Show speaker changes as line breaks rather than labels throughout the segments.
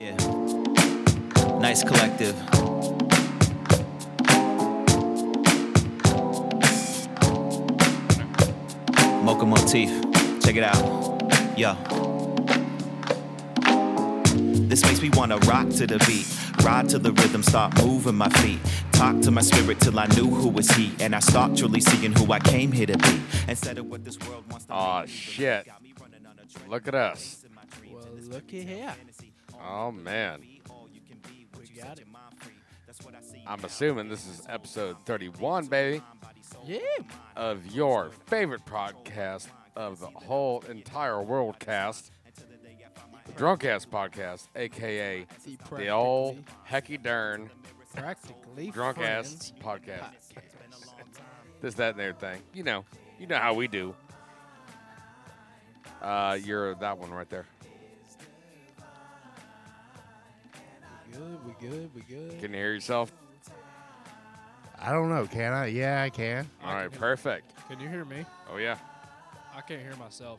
Yeah. Nice collective. Mocha Motif. Check it out. Yo. This makes me wanna rock to the beat. Ride to the rhythm, start moving my feet. Talk to my spirit till I knew who was he. And I start truly seeing who I came here to be. Instead of what this world wants to
Aw,
make me believe.
shit.
Got me running on a treadmill,
Look at us.
chasing my dreams
Well,
in this
look
fairy
at
tale
here.
fantasy.
Oh man.
We got it.
I'm assuming this is episode 31, baby,
Yeah.
of your favorite podcast of the whole entire world cast, the Drunk Ass Podcast, aka
See,
the
practically-
old hecky dern
practically
Drunk Ass
friends
Podcast.
podcast.
This, that, and the other thing. You know, you know how we do. Uh, you're that one right there.
We good, we good, we good.
Can you hear yourself?
I don't know. Can I? Yeah, I can.
All right, perfect.
Can you hear me?
Oh yeah.
I can't hear myself.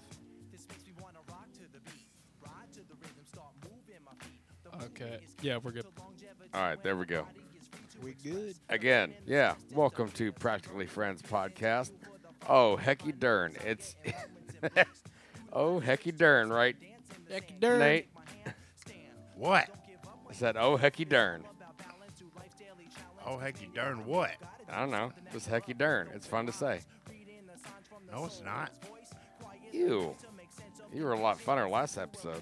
Okay. Yeah, we're good.
All right, there we go.
We good.
Again, yeah. Welcome to Practically Friends podcast. Oh, hecky dern. It's oh hecky dern, right?
Heck, dirt.
Nate
What?
I said, oh hecky dern.
Oh heck, you darn what?
I don't know. Just hecky dern. It's fun to say.
No, it's not.
Ew. You were a lot funner last episode.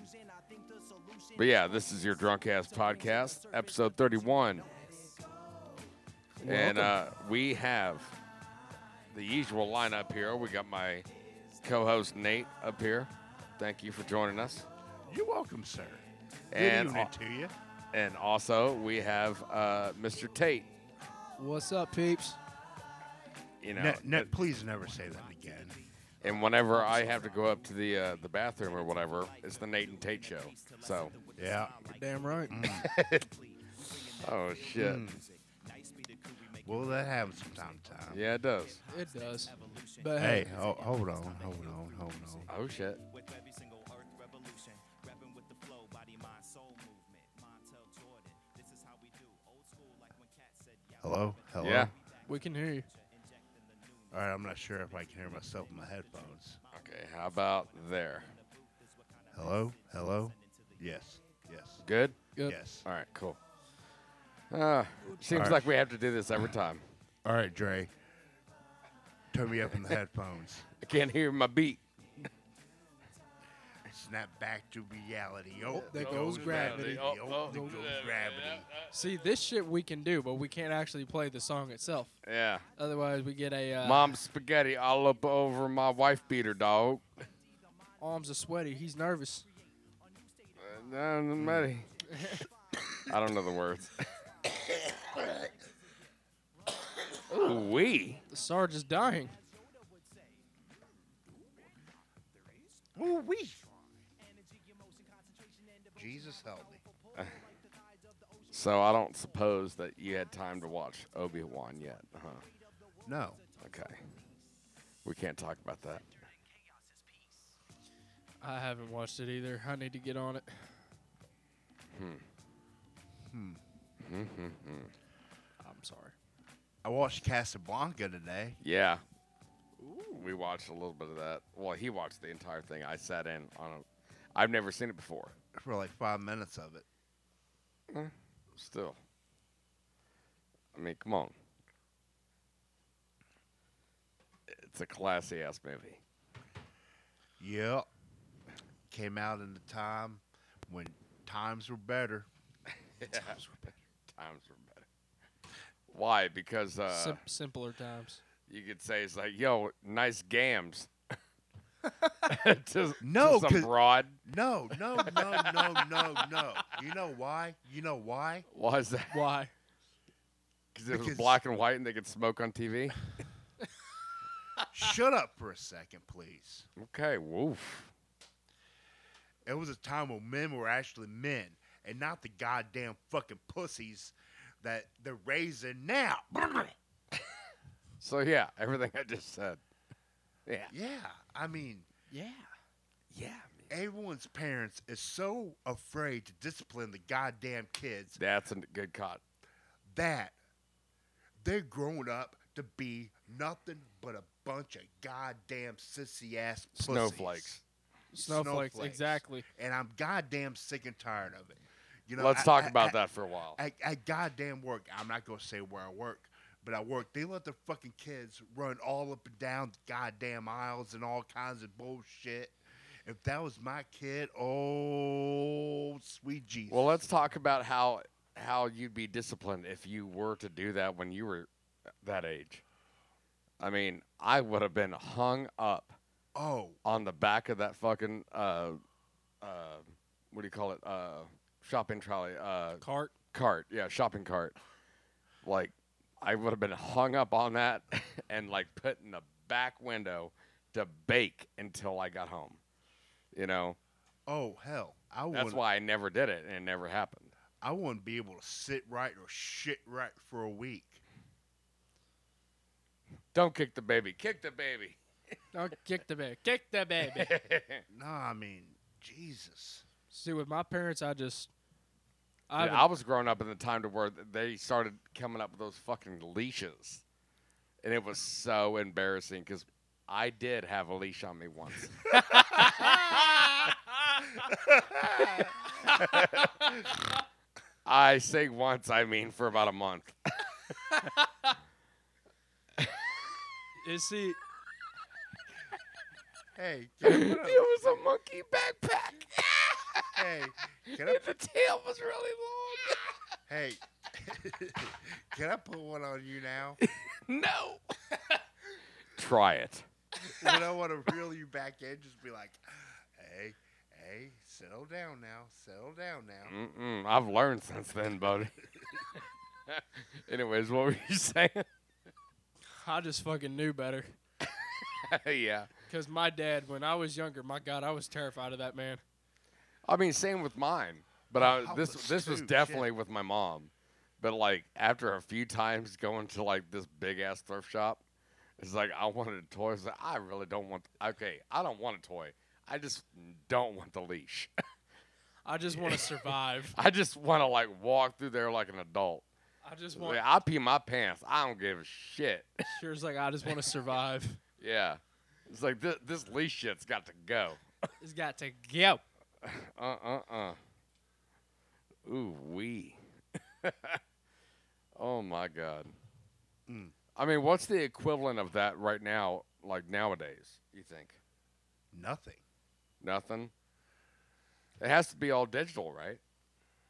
But yeah, this is your drunk ass podcast, episode 31. And uh, we have the usual lineup here. We got my co host Nate up here. Thank you for joining us.
You're welcome, sir. Good
And,
evening to you.
and also, we have uh, Mr. Tate.
What's up, peeps?
You know,
Ne- ne- please never say that again.
and whenever I have to go up to the uh, the bathroom or whatever, it's the Nate and Tate show. So,
Yeah.
Damn right.
Mm.
oh shit,
Hmm. Well, that happens from time to time.
yeah, it does.
It does. But
Hey,
hey,
ho- hold on, hold on, hold on.
Oh shit.
Hello, hello.
Yeah.
We can hear you.
All right, I'm not sure if I can hear myself in my headphones.
Okay, how about there?
Hello, hello. Yes, yes,
Good?
Good.
yes.
All right, cool. Uh, seems
All right.
like we have to do this every time.
All right, Dre. Turn me up in the headphones.
I can't hear my beat.
Snap back to reality. Oh,
There goes gravity.
Oh,
Oh, oh,
there goes
yeah,
gravity.
See, this shit we can do, but we can't actually play the song itself.
Yeah.
Otherwise, we get a uh,
Mom spaghetti all up over my wife beater, dog.
arms are sweaty. He's nervous.
Uh, no,
Mm.
no, buddy. I don't know the words. Ooh, wee.
The Sarge is dying.
Ooh wee. Jesus help me.
So I don't suppose that you had time to watch Obi Wan yet, huh?
No.
Okay. We can't talk about that.
I haven't watched it either. I need to get on it. Hmm. I'm sorry.
I watched Casablanca today.
Yeah. We watched a little bit of that. Well, he watched the entire thing. I sat in on a, I've never seen it before.
For like five minutes of it.
Still. I mean, come on. It's a classy ass movie.
Yep. Came out in the time when times were better.
Times were better. Times were better. Why? Because uh,
Sim- simpler times.
you could say it's like, yo, nice gams. to,
No,
to some
'cause-
broad.
No, no, no, no, no, no. You know why? You know why?
Why is that?
Why?
Because it was
Because-
black and white and they could smoke on TV.
Shut up for a second, please.
Okay, woof.
It was a time when men were actually men and not the goddamn fucking pussies that they're raising now.
So yeah, everything I just said. Yeah.
yeah, I mean,
Yeah.
Yeah, man.
everyone's parents is so afraid to discipline the goddamn kids
That's a good cut.
that they're grown up to be nothing but a bunch of goddamn sissy ass
Snowflakes.
Snowflakes,
Snowflakes.
exactly.
And I'm goddamn sick and tired of it. You know,
Let's
I-
talk
I-
about
I-
that for a while.
at, at goddamn work. I'm not gonna say where I work, but I work. They let the fucking kids run all up and down the goddamn aisles and all kinds of bullshit. If that was my kid, oh sweet Jesus.
well, let's talk about how how you'd be disciplined if you were to do that when you were that age. I mean, I would have been hung up
oh,
on the back of that fucking uh, uh, what do you call it? Uh, shopping trolley. Uh,
Cart.
cart. Yeah, shopping cart. Like, I would have been hung up on that and like put in the back window to bake until I got home. You know,
oh hell, I
that's
wouldn't.
why I never did it and it never happened.
I wouldn't be able to sit right or shit right for a week.
Don't kick the baby. Kick the baby.
Oh, kick the baby. Kick the baby.
Nah, I mean Jesus.
See, with my parents, I just. I
Dude,
would-
I was growing up in the time to where th- they started coming up with those fucking leashes, and it was so embarrassing because I did have a leash on me once. I say once, I mean for about a month.
is see,
Hey, can I put a,
it was a monkey backpack.
hey, can I
the tail was really long.
hey, can I put one on you now?
no. Try it.
when I want to reel you back in, just be like, hey, hey, settle down now, settle down now.
Mm-mm, I've learned since then, buddy. Anyways, what were you saying?
I just fucking knew better.
yeah.
Because my dad, when I was younger, my God, I was terrified of that man.
I mean, same with mine. But I,
I
this
was
this was
too, shit.
definitely with my mom. But like after a few times going to like this big ass thrift shop, it's like I wanted a toy. It's like, I really don't want. Okay, I don't want a toy. I just don't want the leash.
I just want to survive.
I just want to like walk through there like an adult.
I just want.
Like, I pee my pants. I don't give a shit.
Sure, it's like I just want to survive.
yeah, it's like this, this leash shit's got to go.
It's got to go.
Uh uh uh. Ooh wee. oh my god. I mean, what's the equivalent of that right now? Like nowadays, you think
Nothing.
nothing? It has to be all digital, right?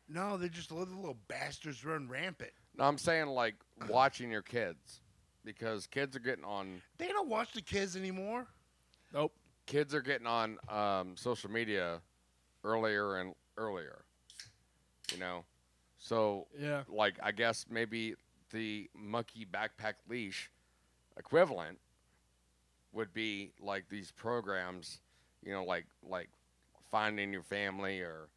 No, they just let the little bastards run rampant.
No, I'm saying like watching your kids because kids are getting on.
They don't watch the kids anymore.
Nope.
kids are getting on um, social media earlier and earlier. You know, so
Yeah.
like I guess maybe the monkey backpack leash equivalent would be like these programs, you know, like like finding your family or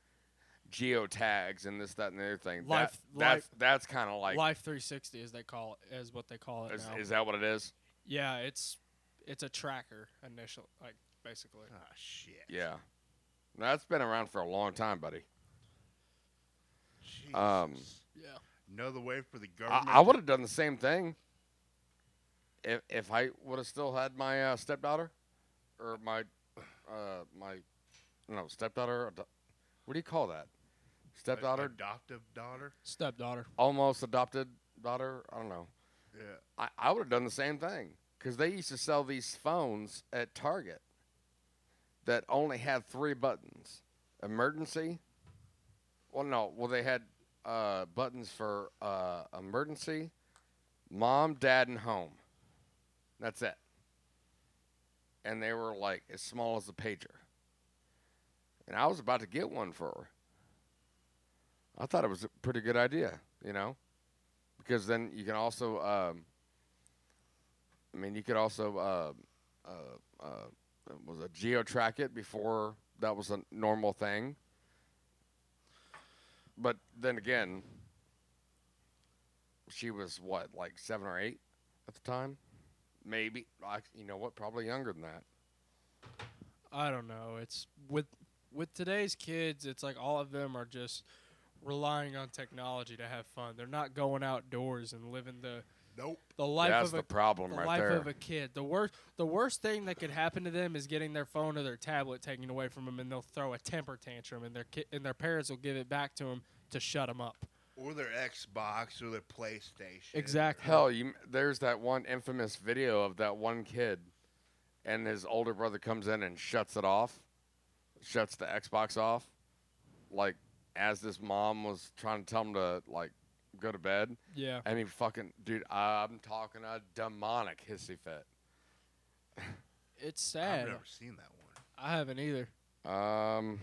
geotags and this that and the other thing.
Life-
that, that's that's kind of like
Life 360 is they call it, is what they call it
is,
now.
is that what it is?
yeah, it's it's a tracker initial, like basically.
Ah, shit.
Yeah, No, that's been around for a long time, buddy.
Jesus.
Um,
Yeah.
Another way for the
I,
government.
I would have done the same thing if if I would have still had my uh, stepdaughter or my uh, my no stepdaughter. ado- What do you call that?
to-
Stepdaughter,
adoptive daughter.
Stepdaughter.
almost adopted daughter. I don't know.
Yeah.
I, I would have done the same thing because they used to sell these phones at Target that only had three buttons: emergency. Well, no. Well, they had uh, buttons for uh, emergency, mom, dad, and home. That's it. And they were like as small as a pager. And I was about to get one for her. I thought it was a pretty good idea, you know, because then you can also um, I mean, you could also uh, uh, uh, was a geo track it before that was a normal thing. But then again, she was what like seven or eight at the time, maybe. I, you know what? Probably younger than that.
I don't know. It's with with today's kids, it's like all of them are just relying on technology to have fun. They're not going outdoors and living the
Nope.
the life
That's
of a
the problem
the
right
life
there.
of a kid. The worst the worst thing that could happen to them is getting their phone or their tablet taken away from them, and they'll throw a temper tantrum, and their ki- and their parents will give it back to them to shut them up.
Or their Xbox or their PlayStation.
Exactly.
Hell, you, there's that one infamous video of that one kid, and his older brother comes in and shuts it off, shuts the Xbox off, like as this mom was trying to tell him to like go to bed,
Yeah.
and he fucking dude, I'm talking a demonic hissy fit.
It's
I've
sad.
never seen that one.
I haven't either.
Um,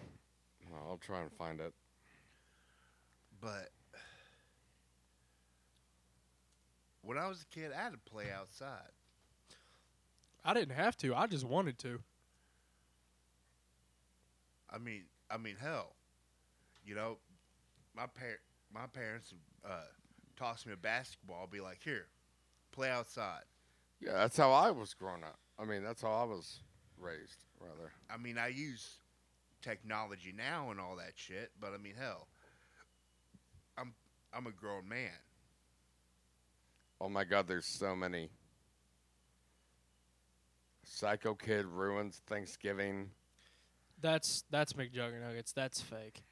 I'll try and find it.
But when I was a kid, I had to play outside.
I didn't have to. I just wanted to.
I mean, I mean, hell, you know, my par- my parents would, uh, toss me a basketball, be like, "Here, play outside."
Yeah, that's how I was growing up. I mean, that's how I was raised, rather.
I mean, I use technology now and all that shit, but I mean, hell, I'm I'm a grown man.
Oh my God, there's so many. Psycho Kid ruins Thanksgiving.
That's that's McJuggernuggets. That's fake.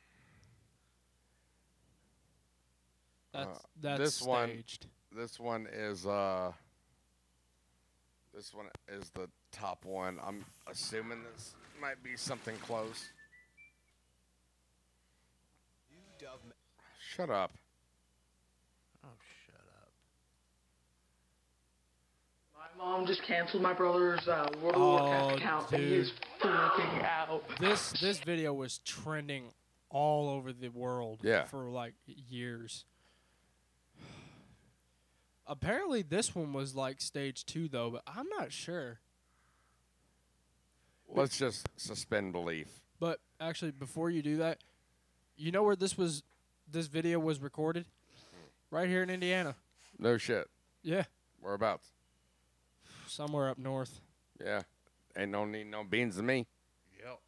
That's
Uh,
that's
this one-
staged.
This one is uh. This one is the top one. I'm assuming this might be something close. Shut up.
Oh, shut up!
My mom just canceled my brother's uh, World of
Oh,
Warcraft account, and he is
dude.
freaking out.
This this video was trending all over the world
Yeah.
for like years. Apparently this one was like stage 2 though, but I'm not sure.
Let's just suspend belief.
But actually before you do that, you know where this was this video was recorded? Right here in Indiana.
No shit.
Yeah,
Whereabouts?
somewhere up north.
Yeah. Ain't no need no beans to me.
Yep.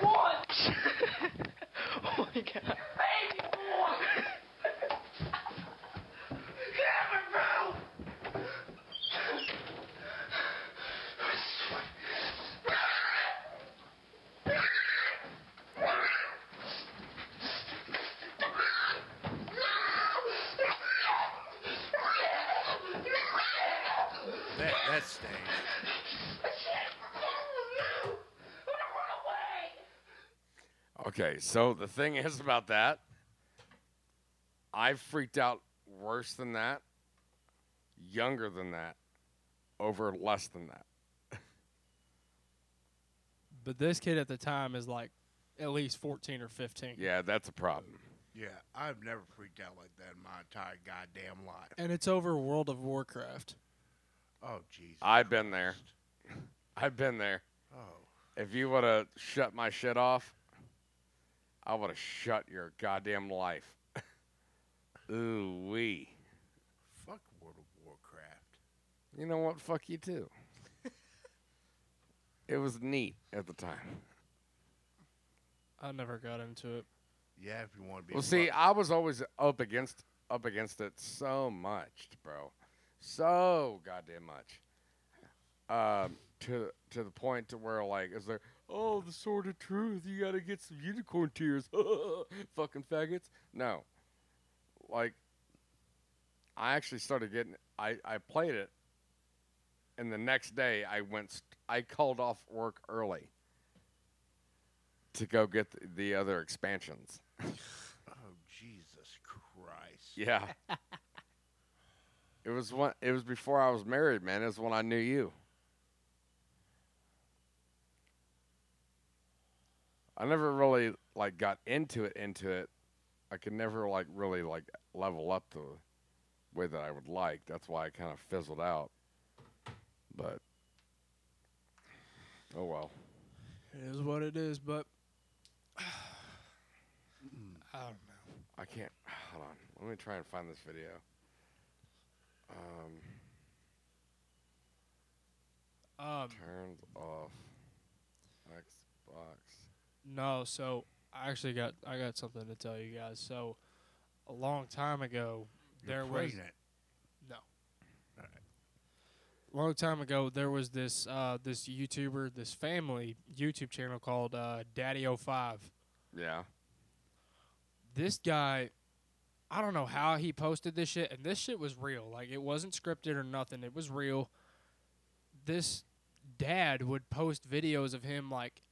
What? oh my god.
That that stinks.
Okay, so the thing is about that, I freaked out worse than that, younger than that, over less than that.
But this kid at the time is like at least 14 or 15.
Yeah, that's a problem.
Yeah, I've never freaked out like that in my entire goddamn life.
And it's over World of Warcraft.
Oh Jesus.
I've been there.
Christ.
I've been there.
Oh.
If you would have shut my shit off, I would have shut your goddamn life. Ooh wee.
Fuck World of Warcraft.
You know what? Fuck you too. it was neat at the time.
I never got into it.
Yeah, if you want to be.
Well,
a
see,
fuck-
I was always up against up against it so much, bro, so goddamn much. Um, to to the point to where like, is there? Oh, the sword of truth. You gotta get some unicorn tears. Fucking faggots. No, like, I actually started getting. I I played it, and the next day I went. St- I called off work early. To go get the, the other expansions.
oh Jesus Christ.
Yeah. it was one. It was before I was married, man. It's when I knew you. I never really like got into it. Into it, I could never like really like level up the way that I would like. That's why I kind of fizzled out. But oh well.
It is what it is, but I don't know.
I can't. Hold on. Let me try and find this video. Um,
Um,
turns off Xbox
No, so I actually got I got something to tell you guys. So a long time ago,
You're
there was
pregnant.
no. Long time ago, there was this uh, this YouTuber, this family YouTube channel called uh, Daddy 05
Yeah.
this guy I don't know how he posted this shit and this shit was real. Like it wasn't scripted or nothing. It was real. This dad would post videos of him like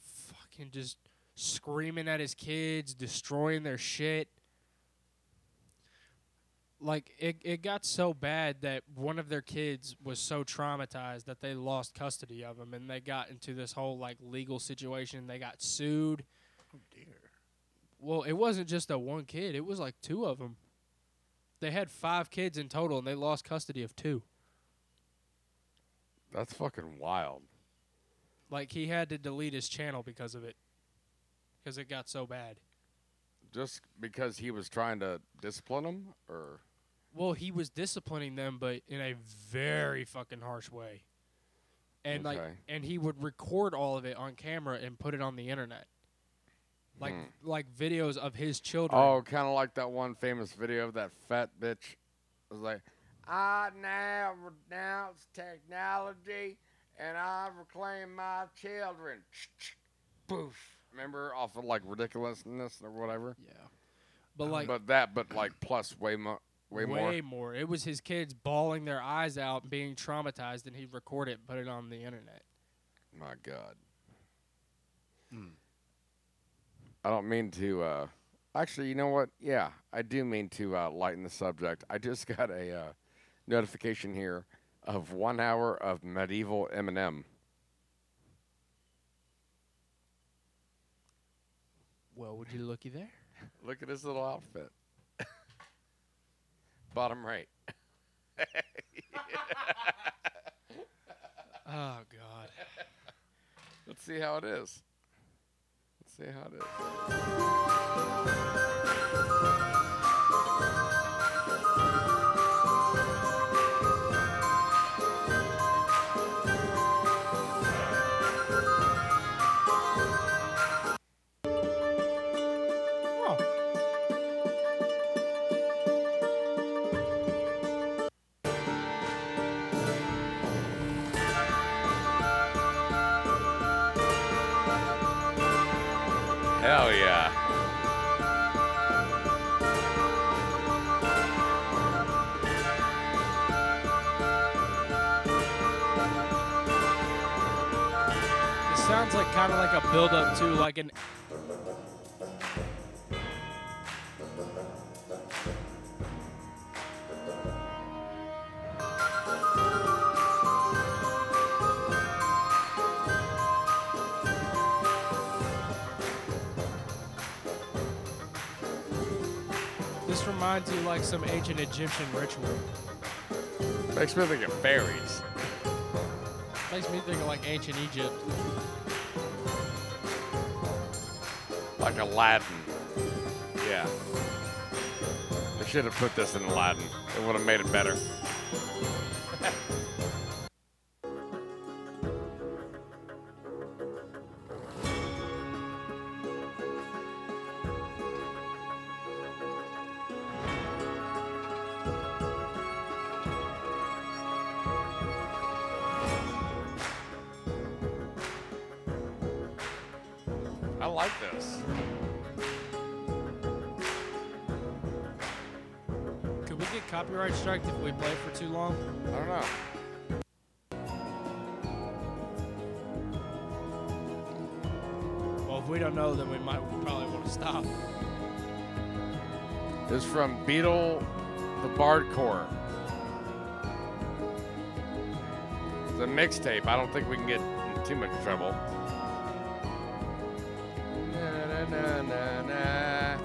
fucking just screaming at his kids, destroying their shit. Like it it got so bad that one of their kids was so traumatized that they lost custody of him and they got into this whole like legal situation. They got sued
Oh dear.
well, it wasn't just that one kid. It was like two of them. They had five kids in total, and they lost custody of two.
That's fucking wild.
Like he had to delete his channel because of it, because it got so bad.
Just because he was trying to discipline him, or
Well, he was disciplining them, but in a very fucking harsh way. And like,
Okay.
and he would record all of it on camera and put it on the internet, like
Hmm.
like videos of his children.
oh, kind of like that one famous video of that fat bitch. It was like, I now renounce technology and I reclaim my children. Poof. Remember off of like ridiculousness or whatever.
yeah. But like,
but that, but like plus way more, way, more.
It was his kids bawling their eyes out, being traumatized, and he'd record it and put it on the internet.
My God. Hmm. I don't mean to. Uh, actually, you know what? Yeah, I do mean to uh, lighten the subject. I just got a uh, notification here of one hour of medieval Eminem.
Well, would you looky there?
Look at his little outfit. Bottom right.
Oh God.
Let's see how it is. Let's see how it is. Hell yeah.
It sounds like kind of like a build up to like an. This reminds you like some ancient Egyptian ritual.
Makes me think of fairies.
Makes me think of like ancient Egypt.
Like Aladdin. Yeah. They should have put this in Aladdin. It would have made it better. I like this.
Could we get copyright striked if we play for too long?
I don't know.
Well, if we don't know, then we might probably want to stop.
This is from Beetle the Bard Corps. It's a mixtape. I don't think we can get in too much trouble. Na, na, na, na, na.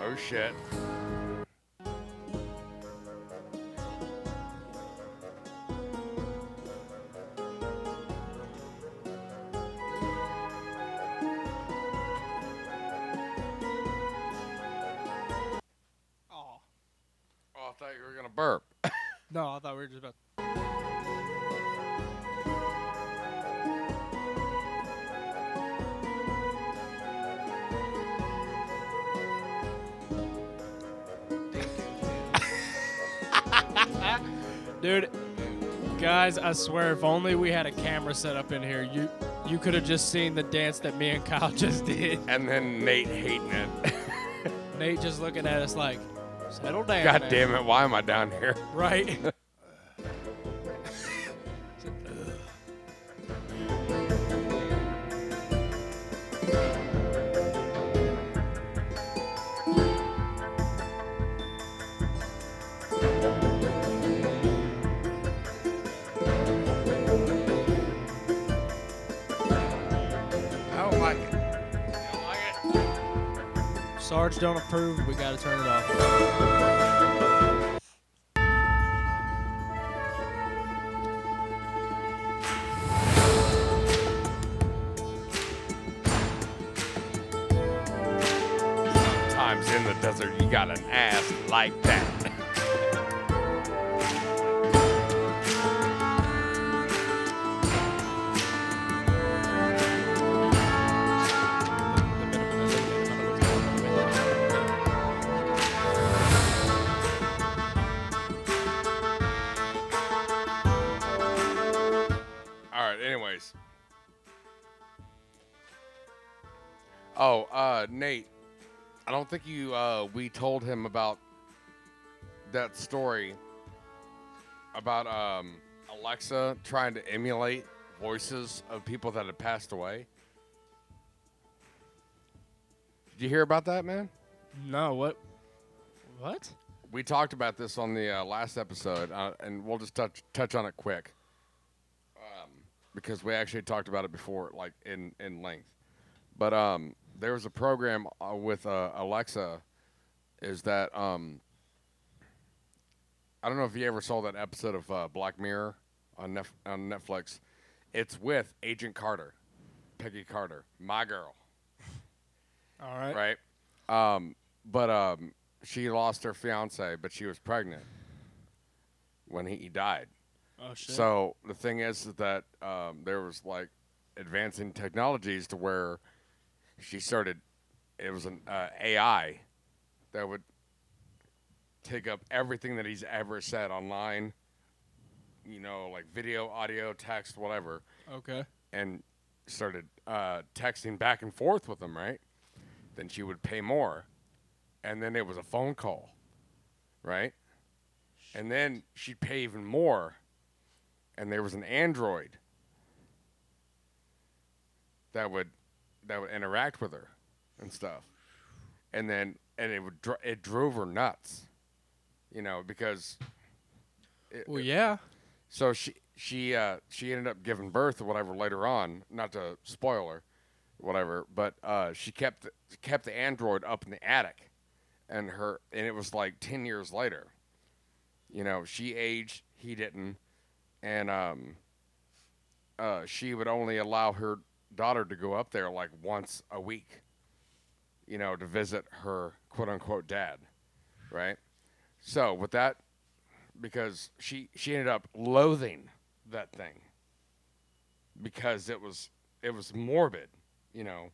oh shit.
Oh,
Oh, I thought you were gonna burp.
No, I thought we were just about. Dude, guys, I swear, if only we had a camera set up in here, you you could have just seen the dance that me and Kyle just did.
And then Nate hating it.
Nate just looking at us like, settle down.
God
man."
damn it! Why am I down here?
Right.
I don't like it.
Sarge don't approve. We gotta turn it off.
Times in the desert, you got an ass like that. All right. Anyways. Oh, uh, Nate. I don't think you. Uh, we told him about that story about um, Alexa trying to emulate voices of people that had passed away. Did you hear about that, man?
No, what? What?
We talked about this on the uh, last episode, uh, and we'll just touch touch on it quick, um, because we actually talked about it before, like in in length. But um, there was a program uh, with uh, Alexa, is that um, I don't know if you ever saw that episode of uh, Black Mirror on Nef- on Netflix. It's with Agent Carter, Peggy Carter, my girl
All right.
right? Um, but um, she lost her fiance, but she was pregnant when he, he died.
Oh shit.
So the thing is that um, there was like advancing technologies to where she started. It was an uh, AI that would take up everything that he's ever said online. You know, like video, audio, text, whatever
okay.
and started uh, texting back and forth with him, right? Then she would pay more. And then it was a phone call, right? And then she'd pay even more. And there was an android that would that would interact with her and stuff. And then and it would dr- it drove her nuts, you know, because it,
Well, yeah.
so she she uh, she ended up giving birth or whatever later on. Not to spoil her, whatever. But uh, she kept the, kept the android up in the attic, and her and it was like ten years later. You know, she aged, he didn't, and um, uh, she would only allow her daughter to go up there like once a week. You know, to visit her quote unquote dad, right? So with that because she she ended up loathing that thing because it was it was morbid, you know.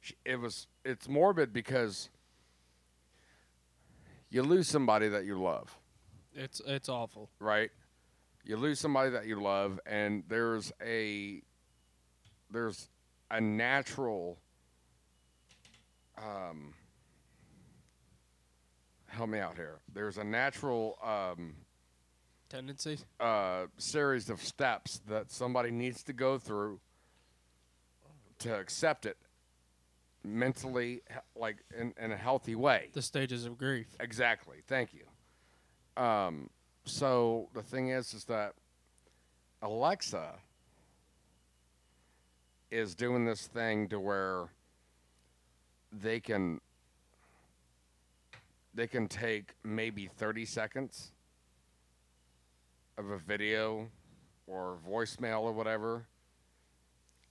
She, it was it's morbid because you lose somebody that you love,
It's it's awful.
right? You lose somebody that you love and there's a there's a natural um help me out here. There's a natural um
Tendencies.
uh, series of steps that somebody needs to go through to accept it mentally, he- like in, in a healthy way.
The stages of grief.
Exactly. Thank you. Um, so the thing is, is that Alexa is doing this thing to where they can they can take maybe 30 seconds of a video or voicemail or whatever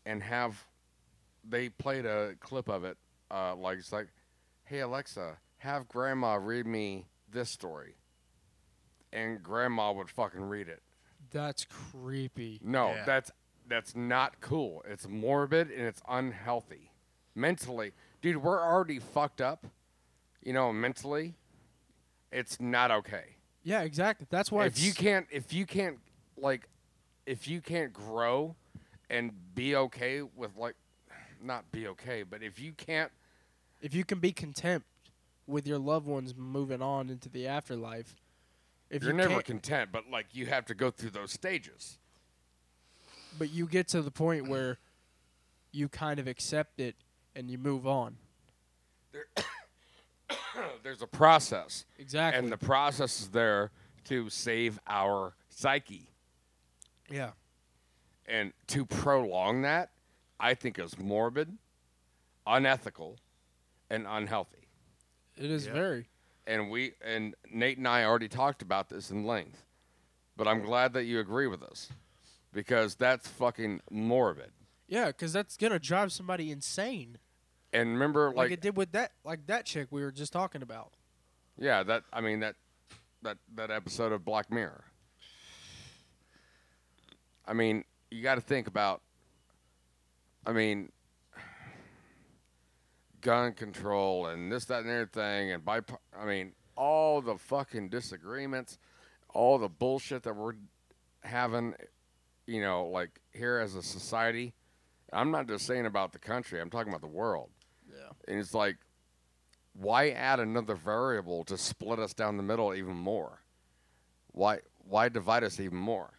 and have they played a clip of it uh, like it's like hey Alexa, have grandma read me this story. and grandma would fucking read it.
That's creepy.
No,
Yeah.
that's that's not cool. It's morbid and it's unhealthy. Mentally, dude, we're already fucked up. You know, mentally, it's not okay.
Yeah, exactly. That's why
if you
it's-
can't if you can't like if you can't grow and be okay with like not be okay, but if you can't
if you can be content with your loved ones moving on into the afterlife, if
you're
you
never
can't-
content, but like you have to go through those stages.
but you get to the point where you kind of accept it and you move on.
There's a process.
Exactly.
And the process is there to save our psyche.
yeah.
and to prolong that, I think is morbid, unethical, and unhealthy.
It is
Yeah.
very.
And we and Nate and I already talked about this in length, but I'm glad that you agree with us because that's fucking morbid.
Yeah, because that's gonna drive somebody insane,
And remember,
like,
like,
it did with that, like that chick we were just talking about.
yeah, that I mean that that that episode of Black Mirror. I mean, you got to think about. I mean, gun control and this, that, and everything, and by I mean all the fucking disagreements, all the bullshit that we're having, you know, like here as a society. I'm not just saying about the country. I'm talking about the world.
Yeah.
And it's like, why add another variable to split us down the middle even more? Why why divide us even more?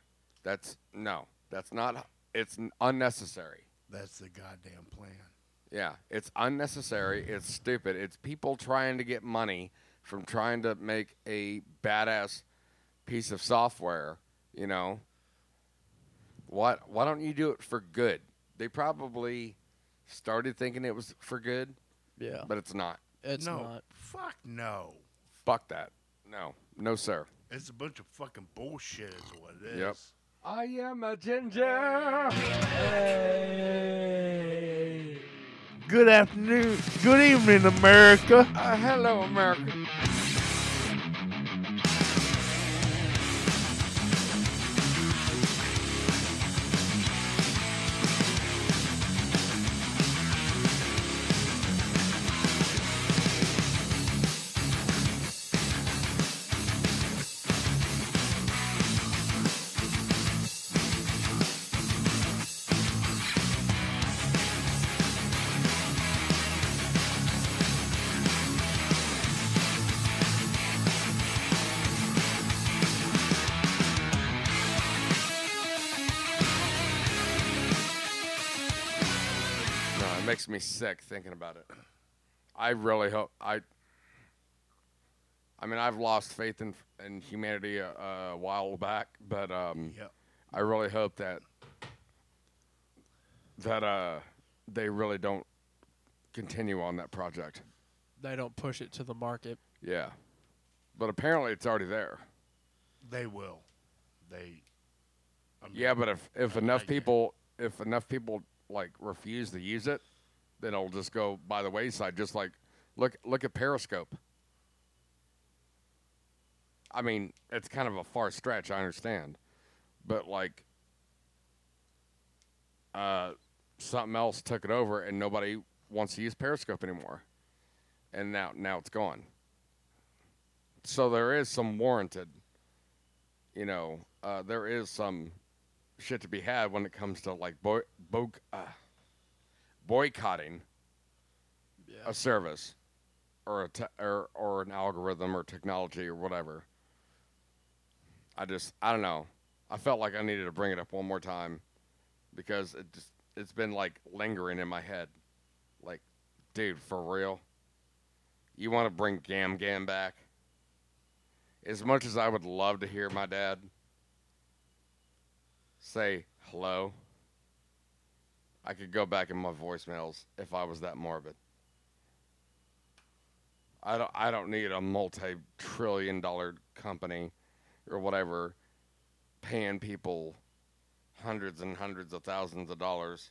That's no. That's not. It's n- unnecessary.
That's the goddamn plan.
Yeah, it's unnecessary. It's stupid. It's people trying to get money from trying to make a badass piece of software. You know, what? Why don't you do it for good? They probably started thinking it was for good,
Yeah.
but it's not.
It's
no,
not.
fuck no.
Fuck that. No, no, sir.
It's a bunch of fucking bullshit, is what it is.
Yep. I am a ginger.
Good afternoon. Good evening, America.
Uh, hello, America. No, it makes me sick thinking about it. I really hope I. I mean, I've lost faith in in humanity a, a while back, but um,
Yep.
I really hope that that uh, they really don't continue on that project.
They don't push it to the market.
Yeah, but apparently it's already there.
They will. They. I mean,
Yeah, but if if enough
get it.
people if enough people like refuse to use it, then it'll just go by the wayside. Just like look look at Periscope. I mean, it's kind of a far stretch, I understand, but like, uh, something else took it over, and nobody wants to use Periscope anymore, and now now it's gone. So there is some warranted, you know, uh, there is some shit to be had when it comes to like boy, bo- uh, boycotting a service or a te- or or an algorithm or technology or whatever. I just I don't know. I felt like I needed to bring it up one more time because it just it's been like lingering in my head. Like, dude, for real, you want to bring Gam Gam back? As much as I would love to hear my dad say hello. I could go back in my voicemails if I was that morbid. I don't I don't need a multi-trillion dollar company or whatever paying people hundreds and hundreds of thousands of dollars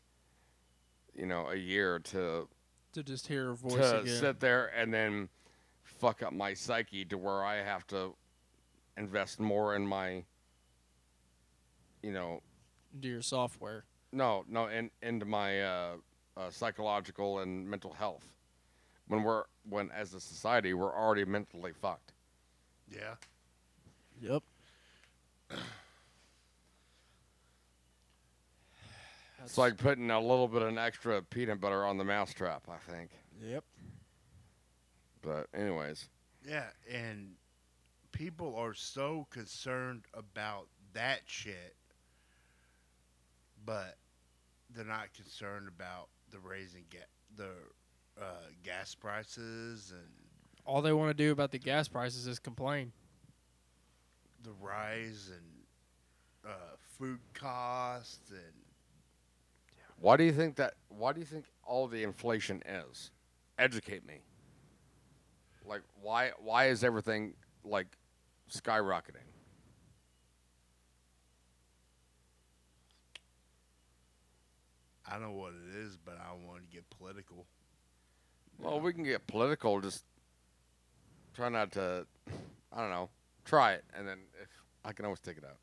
you know a year to
To just hear her voice
to
again.
sit there and then fuck up my psyche to where I have to invest more in my, you know,
Do your software.
no, no, in, into my uh, uh, psychological and mental health. When we're when as a society we're already mentally fucked.
Yeah.
Yep.
It's like putting a little bit of an extra peanut butter on the mousetrap, I think.
Yep.
But anyways,
Yeah, and people are so concerned about that shit, but they're not concerned about the raising ga- the uh, gas prices and
All they want to do about the gas prices is complain.
the rise and uh, food costs and
why do you think that? Why do you think all the inflation is? Educate me. Like why? Why is everything like skyrocketing?
I don't know what it is, but I don't want to get political.
Well, we can get political. Just try not to. I don't know. Try it, and then if I can always take it out.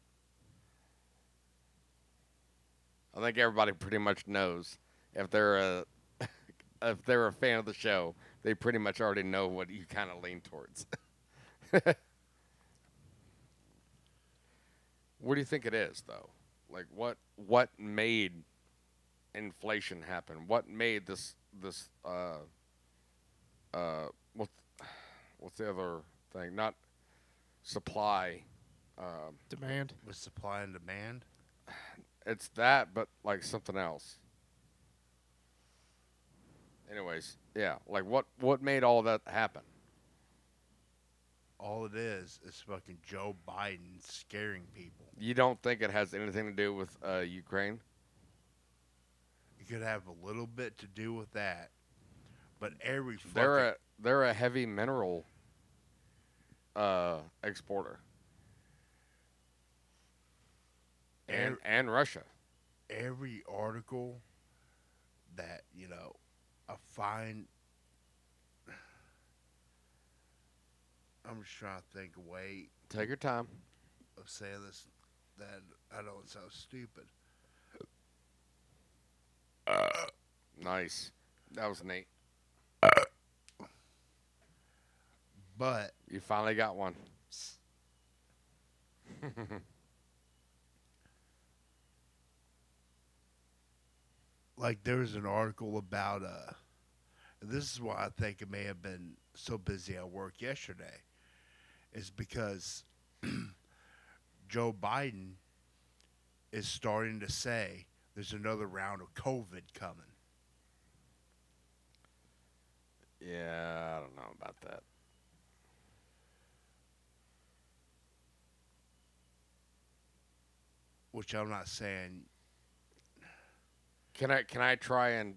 I think everybody pretty much knows if they're a if they're a fan of the show, they pretty much already know what you kind of lean towards. what do you think it is, though? Like what what made inflation happen? What made this this uh uh, what's what's the other thing? Not supply. Um,
Demand.
With supply and demand,
it's that, but like something else. Anyways, yeah, like what what made all that happen?
all it is is fucking Joe Biden scaring people.
You don't think it has anything to do with uh, Ukraine?
It could have a little bit to do with that, but every fucking,
They're a they're a heavy mineral uh, exporter, and
Every-
and Russia.
every article that you know I find. I'm just trying to think of a way
Take your time.
of saying this that I don't sound stupid.
Nice, that was neat.
But
You finally got one.
like there was an article about uh this is why I think it may have been so busy at work yesterday is because Joe Biden is starting to say there's another round of COVID coming.
Yeah, I don't know about that.
Which I'm not saying
Can I can I try and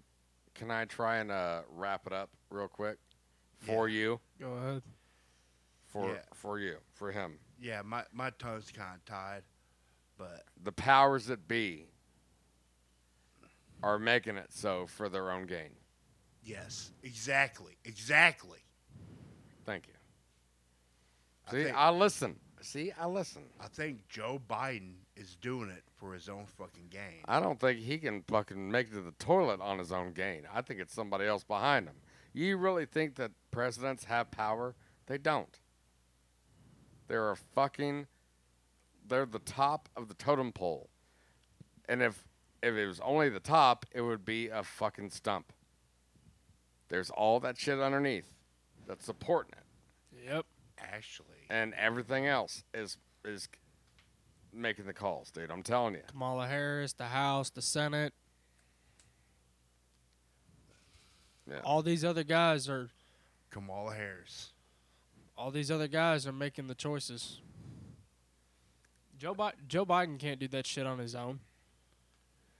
can I try and uh, wrap it up real quick for you
Go ahead.
for
Yeah.
for you for him
yeah, my, my tongue's kinda tied, but
the powers that be are making it so for their own gain.
yes. Exactly. Exactly.
Thank you.
I
See,
think-
I listen. See, I listen.
I think Joe Biden is doing it for his own fucking gain.
I don't think he can fucking make it to the toilet on his own gain. I think it's somebody else behind him. You really think that presidents have power? They don't. They're a fucking they're the top of the totem pole. And if if it was only the top, it would be a fucking stump. There's all that shit underneath that's supporting it
Yep.
Actually.
and everything else is is making the calls, dude. I'm telling you.
Kamala Harris, the House, the Senate.
Yeah.
All these other guys are
Kamala Harris.
all these other guys are making the choices. Joe Bi- Joe Biden can't do that shit on his own.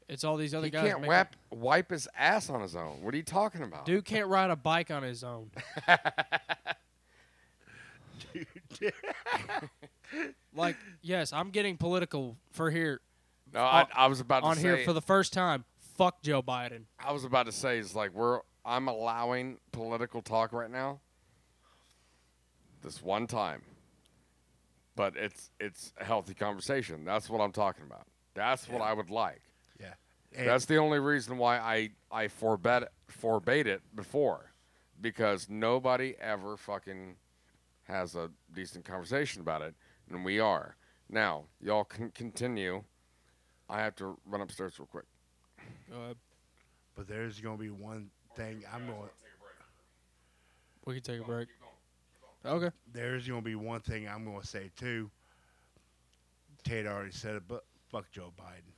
It's all these other
he
guys.
can't
making-
wrap, wipe his ass on his own. What are you talking about?
Dude can't ride a bike on his own. like, yes, I'm getting political for here
no, I,
on-
I was about to
on
say,
here for the first time. Fuck Joe Biden.
I was about to say is like we're I'm allowing political talk right now. This one time, but it's it's a healthy conversation. That's what I'm talking about. That's what I would like.
Yeah. And-
That's the only reason why I I forbade forbade it before, because nobody ever fucking has a decent conversation about it, and we are now. Y'all can continue. I have to run upstairs real quick.
Go ahead.
but there's gonna be one thing I'm going.
We can take a break. Okay.
There's gonna be one thing I'm gonna say too. Tate already said it, but fuck Joe Biden.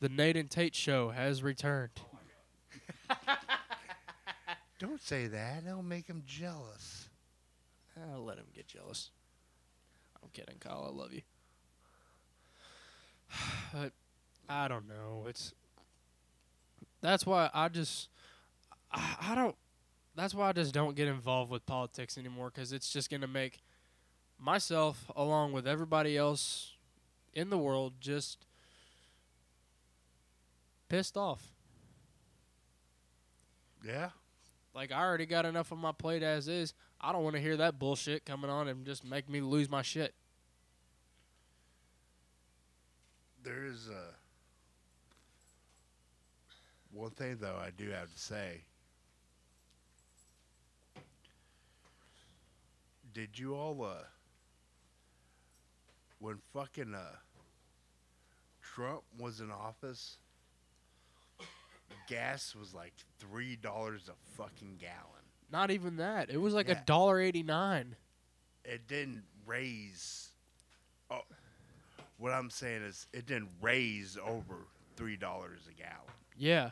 The Nate and Tate show has returned.
Don't say that. It'll make him jealous.
I'll let him get jealous. I'm kidding, Kyle. I love you. But I don't know. It's that's why I just I, I don't. That's why I just don't get involved with politics anymore because it's just gonna make myself, along with everybody else in the world, just pissed off.
Yeah.
Like I already got enough on my plate as is. I don't want to hear that bullshit coming on and just make me lose my shit.
There is a one thing though I do have to say. Did you all uh when fucking uh Trump was in office gas was like three dollars a fucking gallon.
Not even that. It was like
Yeah.
a dollar eighty nine.
it didn't raise. Oh, what I'm saying is, it didn't raise over three dollars a gallon.
Yeah,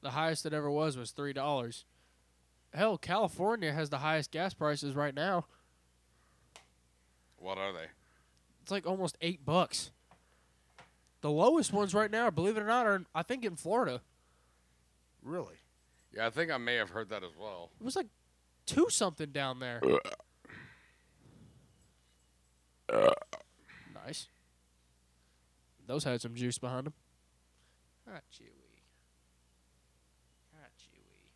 the highest it ever was was three dollars. Hell, California has the highest gas prices right now.
What are they?
It's like almost eight bucks. The lowest ones right now, believe it or not, are in- I think in Florida.
Really?
Yeah, I think I may have heard that as well.
It was like two something down there. nice. Those had some juice behind them. Not chewy. Not chewy.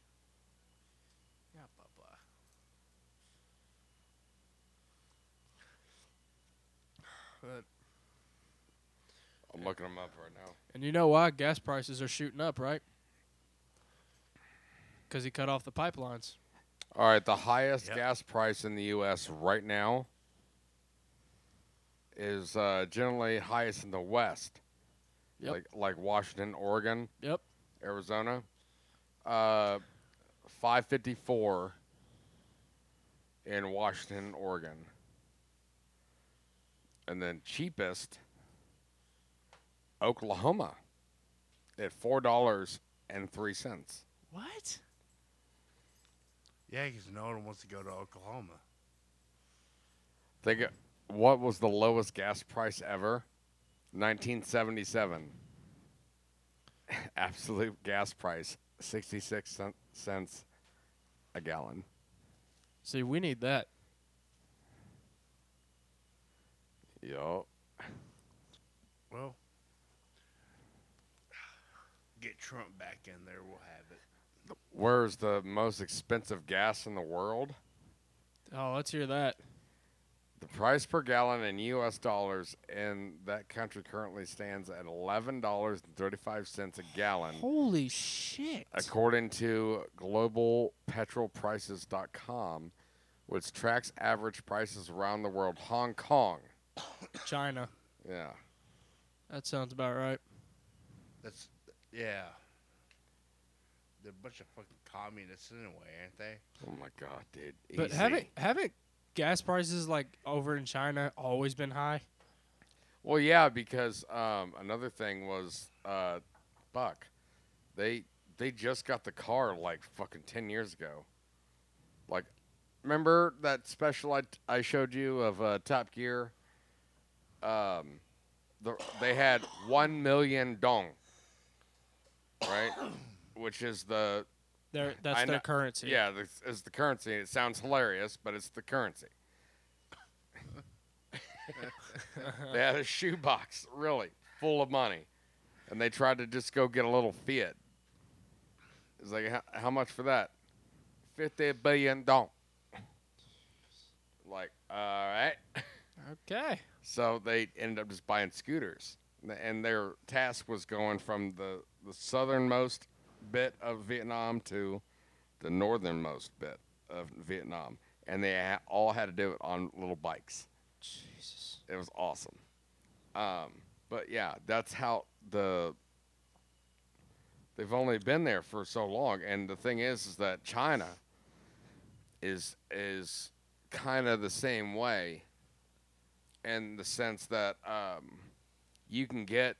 Not bubba. But,
I'm looking them up right now.
and you know why gas prices are shooting up, right? Because he cut off the pipelines.
All right, the highest
Yep.
gas price in the U.S. right now is uh, generally highest in the West,
Yep.
like like Washington, Oregon,
Yep.
Arizona. Uh, Five fifty four in Washington, Oregon, and then cheapest Oklahoma at four dollars and three cents.
What?
Yeah, because no one wants to go to Oklahoma.
Think it- what was the lowest gas price ever? 1977. Absolute gas price 66 cent, cents a gallon.
See, we need that.
Yo.
Well, get Trump back in there. We'll have it.
Where's the most expensive gas in the world?
Oh, let's hear that.
The price per gallon in US dollars in that country currently stands at $11.35 a gallon.
Holy shit.
according to globalpetrolprices.com, which tracks average prices around the world. Hong Kong.
China.
Yeah.
That sounds about right.
That's yeah. They're a bunch of fucking communists anyway, aren't they?
Oh my God, dude.
But
Easy.
haven't haven't gas prices like over in China always been high?
Well, yeah, because um, another thing was, uh, Buck, they they just got the car like fucking ten years ago. Like, remember that special I, I showed you of uh, Top Gear? Um, the, they had one million dong, right? Which is the
Their that's
I
their
know-
currency.
yeah, this is the currency. It sounds hilarious, but it's the currency. they had a shoebox, really, full of money, and they tried to just go get a little fiat. It's like, how, how much for that? Fifty billion dong. Like, all right.
All Okay.
So they ended up just buying scooters, N- and their task was going from the the southernmost bit of Vietnam to the northernmost bit of Vietnam, and they ha- all had to do it on little bikes.
Jesus.
It was awesome. Um, but yeah, that's how the they've only been there for so long, and the thing is, is that China is is kind of the same way in the sense that um, you can get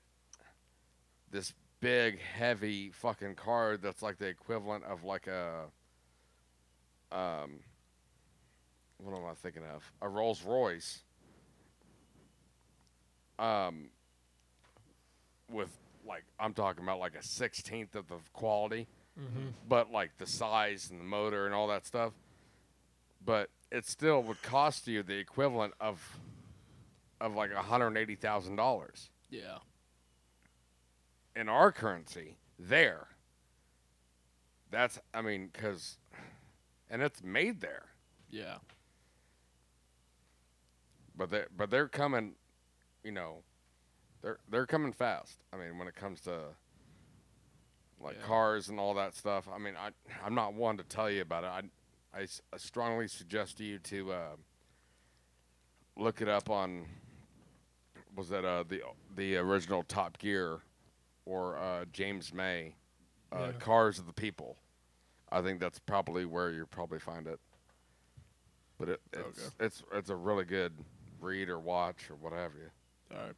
this big, heavy fucking car that's like the equivalent of like a um, what am I thinking of? A Rolls Royce. Um, with like I'm talking about like a sixteenth of the quality, but like the size and the motor and all that stuff. But it still would cost you the equivalent of of like hundred eighty thousand dollars
Yeah.
in our currency there. That's I mean because, and it's made there.
Yeah.
but they but they're coming, you know, they're they're coming fast. I mean, when it comes to like
Yeah.
cars and all that stuff, I mean, I I'm not one to tell you about it. I I s- I strongly suggest to you to uh, look it up on was that uh the the original Top Gear or uh, James May uh,
Yeah.
Cars of the People. I think that's probably where you probably find it. But it, it's, it's it's a really good read or watch or whatever. you.
All right.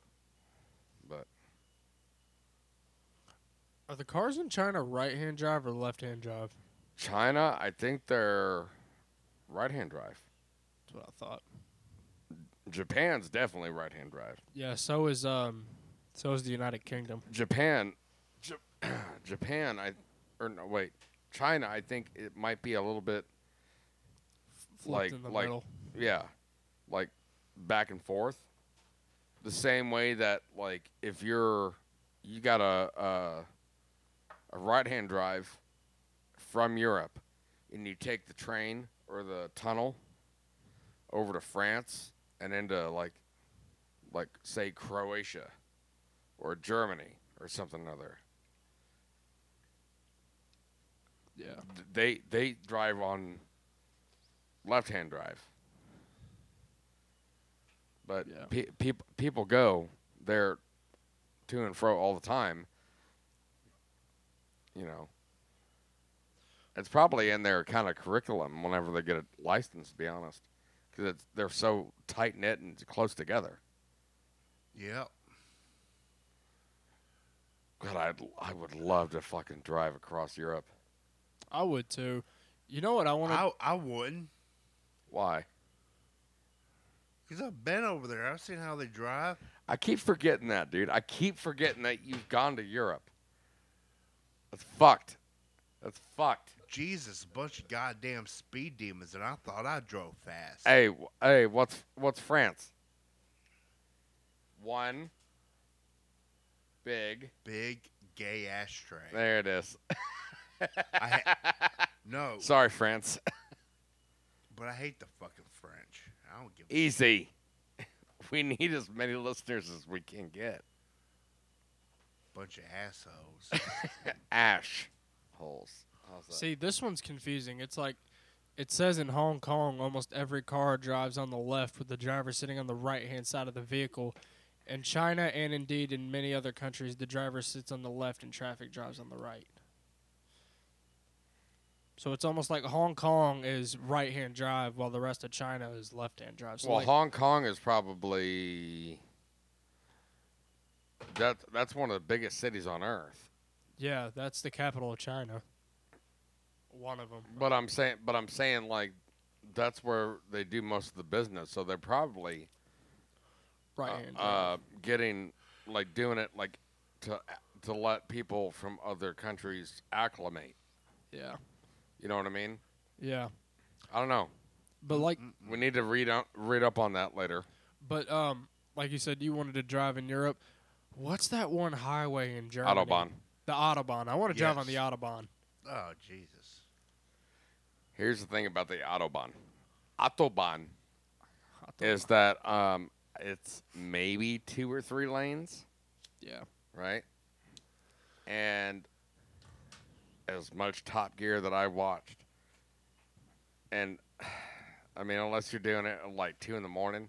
But
Are the cars in China right hand drive or left hand drive?
China, I think they're right-hand drive.
That's what I thought.
Japan's definitely right-hand drive.
Yeah. So is um, so is the United Kingdom.
Japan, Ja- Japan, I or no wait, China. I think it might be a little bit
Flipped
Like-
in the
like-
middle.
Yeah. Like back and forth. The same way that like if you're you got a a, a right hand drive from Europe and you take the train or the tunnel over to France and into like like say Croatia or Germany or something other.
Yeah.
th- they they drive on left hand drive. But
Yeah.
pe- peop- people go there to and fro all the time. You know, it's probably in their kind of curriculum whenever they get a license. To be honest, because they're so tight knit and close together.
Yep.
God, I'd, I would love to fucking drive across Europe.
I would too. You know what I want to?
I, I wouldn't.
Why?
Because I've been over there. I've seen how they drive.
I keep forgetting that, dude. I keep forgetting that you've gone to Europe. That's fucked. That's fucked.
Jesus, a bunch of goddamn speed demons, and I thought I drove fast.
Hey, w- hey, what's what's France? One big.
Big gay ashtray.
There it is.
I ha- no,
Sorry, France.
but I hate the fucking French. I don't give
E
a
Easy. We need as many listeners as we can get.
bunch of assholes.
Ash holes. How's that?
See, this one's confusing. It's like it says in Hong Kong, almost every car drives on the left with the driver sitting on the right hand side of the vehicle. In China and indeed in many other countries, the driver sits on the left and traffic drives on the right. So it's almost like Hong Kong is right hand drive while the rest of China is left hand drive. So
well,
like-
Hong Kong is probably that. That's one of the biggest cities on earth.
yeah, that's the capital of China. One of them.
But I'm saying, but I'm saying, like, that's where they do most of the business. So they're probably uh,
Right hand.
uh, getting, like, doing it, like, to to let people from other countries acclimate.
yeah.
You know what I mean?
Yeah.
I don't know.
But like
We need to read up, read up on that later.
But um, like you said, you wanted to drive in Europe. What's that one highway in Germany?
Autobahn.
The Autobahn. I want to drive on the
Yes.
Autobahn.
oh, Jesus.
Here's the thing about the autobahn. Autobahn is that um, it's maybe two or three lanes,
Yeah.
right? And as much Top Gear that I watched, and I mean, unless you're doing it at like two in the morning,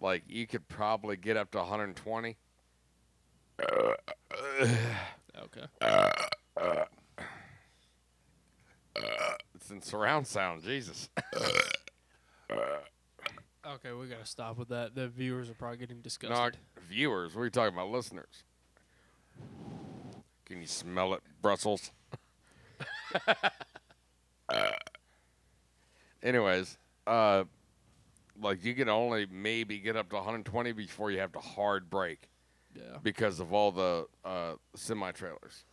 like you could probably get up to 120.
Okay.
It's in surround sound, Jesus.
Okay, we gotta stop with that. The viewers are probably getting disgusted.
Not viewers. What are you talking about, listeners? Can you smell it, Brussels? Uh, Anyways, uh, like you can only maybe get up to 120 before you have to hard brake
Yeah.
because of all the uh, semi trailers.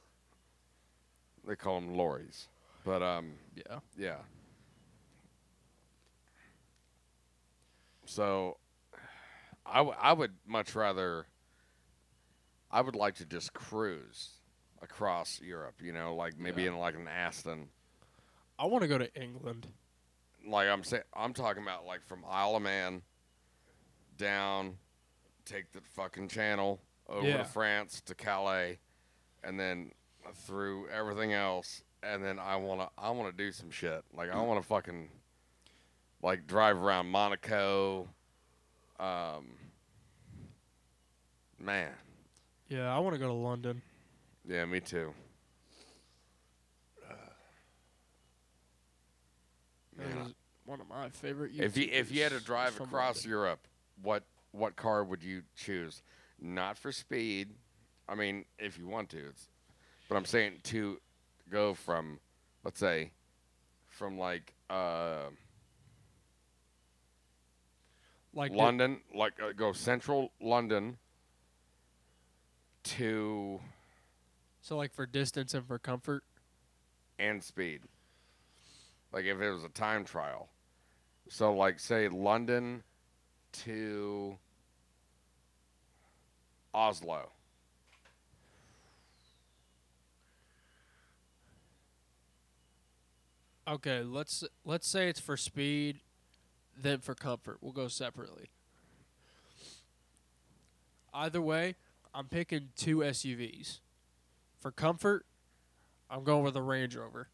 They call them lorries, but um,
Yeah.
yeah. So, I, w- I would much rather. I would like to just cruise across Europe, you know, like maybe
Yeah.
in like an Aston.
I want to go to England.
Like I'm saying, I'm talking about like from Isle of Man down, take the fucking channel over
Yeah.
to France to Calais, and then through everything else. And then I wanna, I wanna do some shit. Like I wanna fucking, like drive around Monaco. Um, man,
Yeah, I want to go to London.
yeah, me too.
That
Man, I-
is one of my favorite.
If you if you had to
YouTubers
drive
from
across
London.
Europe, what what car would you choose? Not for speed. I mean, if you want to, it's, but I'm saying to go from, let's say, from like uh,
like the-
London, like uh, go central London to
so like for distance and for comfort.
and speed. Like if it was a time trial. So like say London to Oslo.
Okay, let's let's say it's for speed, then for comfort. We'll go separately. Either way, I'm picking two SUVs. For comfort, I'm going with a Range Rover.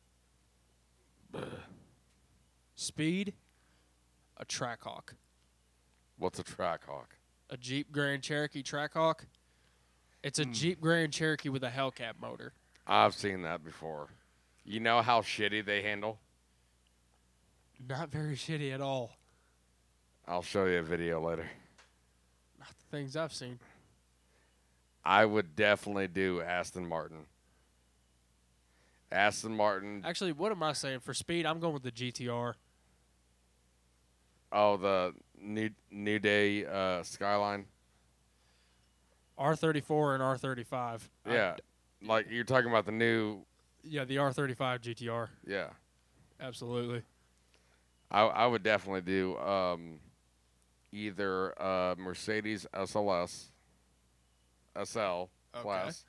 Speed, a Trackhawk,
What's a track hawk?
a Jeep Grand Cherokee Trackhawk. It's a Jeep Grand Cherokee with a Hellcat motor.
I've seen that before. You know how shitty they handle?
Not very shitty at all.
I'll show you a video later.
Not the things I've seen.
I would definitely do Aston Martin. Aston Martin.
Actually, what am I saying? For speed, I'm going with the GTR.
Oh, the new New Day uh, Skyline.
R34 and R35. I-
Yeah, like you're talking about the new.
yeah, the R35 GTR.
Yeah.
Absolutely.
I, I would definitely do um, either uh, Mercedes SLS, SL class,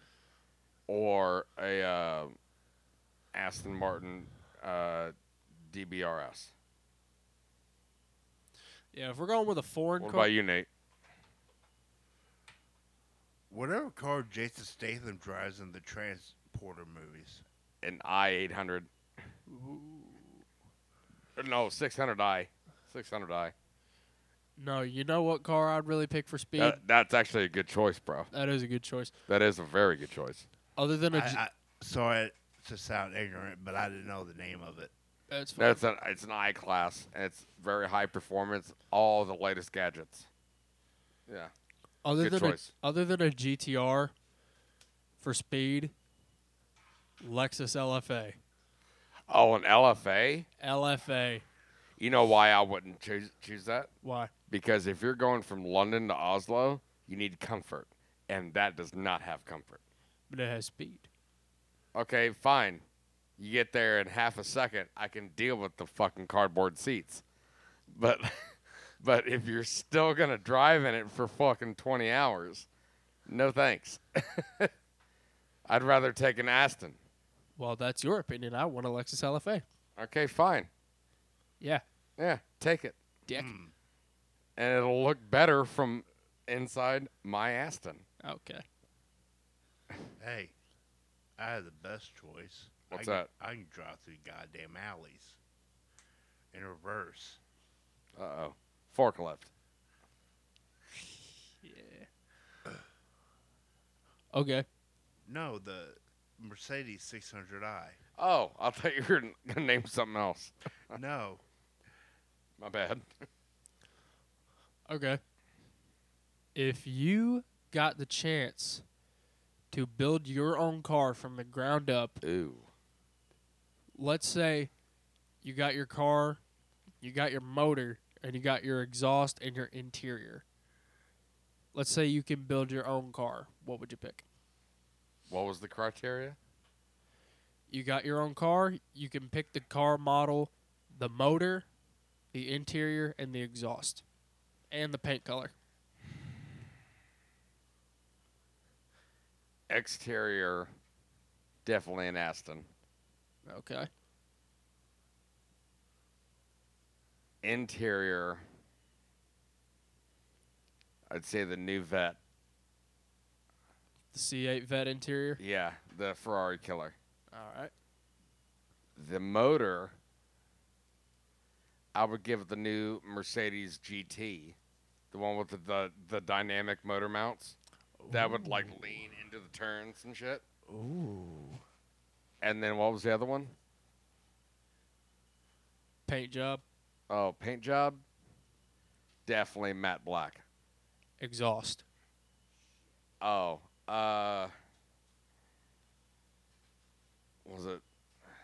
or a uh, Aston Martin uh, DBRS.
Yeah, if we're going with a foreign
What
car,
about you, Nate?
Whatever car Jason Statham drives in the Transporter movies.
An I eight hundred. No, six hundred I. Six hundred I.
no, you know what car I'd really pick for speed?
That, that's actually a good choice, bro.
that is a good choice.
That is a very good choice.
Other than
I,
a, G-
I, sorry to sound ignorant, but I didn't know the name of it.
that's fine.
That's an it's an I class. and It's very high performance. All the latest gadgets. Yeah.
other
good
than a-
choice.
other than a GTR for speed, Lexus LFA,
Oh, an LFA?
LFA.
You know why I wouldn't choose choose that?
Why?
Because if you're going from London to Oslo, you need comfort, and that does not have comfort.
But it has speed.
Okay, fine. You get there in half a second, I can deal with the fucking cardboard seats. But but if you're still going to drive in it for fucking 20 hours, no thanks. I'd rather take an Aston.
Well, that's your opinion. I want a Lexus LFA.
Okay, fine.
Yeah,
Yeah, take it.
dick.
and it'll look better from inside my Aston.
Okay.
Hey, I had the best choice.
What's
I can,
that?
I can drive through goddamn alleys in reverse.
Uh oh. Forklift.
Okay.
No, the Mercedes 600i.
Oh, I thought you were gonna name something else.
no,
My bad.
Okay. If you got the chance to build your own car from the ground up,
Ooh.
let's say you got your car, you got your motor, and you got your exhaust and your interior. Let's say you can build your own car. What would you pick?
What was the criteria?
You got your own car, you can pick the car model, the motor, the interior, and the exhaust, and the paint color.
Exterior, definitely an Aston.
Okay.
Interior, I'd say the new vet.
The C8 vet interior.
Yeah, the Ferrari killer.
All right.
The motor, I would give the new Mercedes GT, the one with the the, the dynamic motor mounts that would like lean into the turns and shit.
Ooh.
And then what was the other one?
Paint job,
Oh, paint job. Definitely matte black.
exhaust.
Oh, uh, was it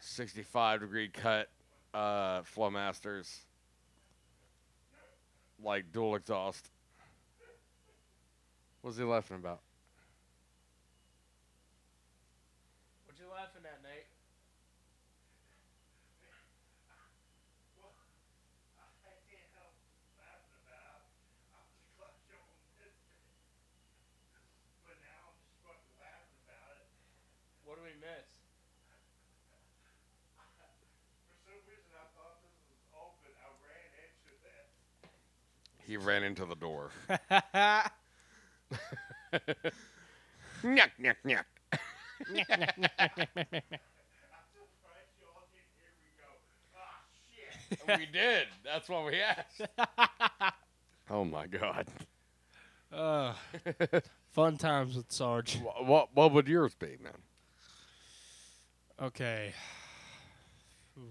65 degree cut? Uh, Flowmasters, like dual exhaust. What was he laughing about?
What you laughing at, Nate? What do we miss?
He ran into the door. Nyuk, nyuk, nyuk. we did. That's what we asked. oh my god.
Uh, fun times with Sarge.
What, what what would yours be, man?
Okay. Ooh.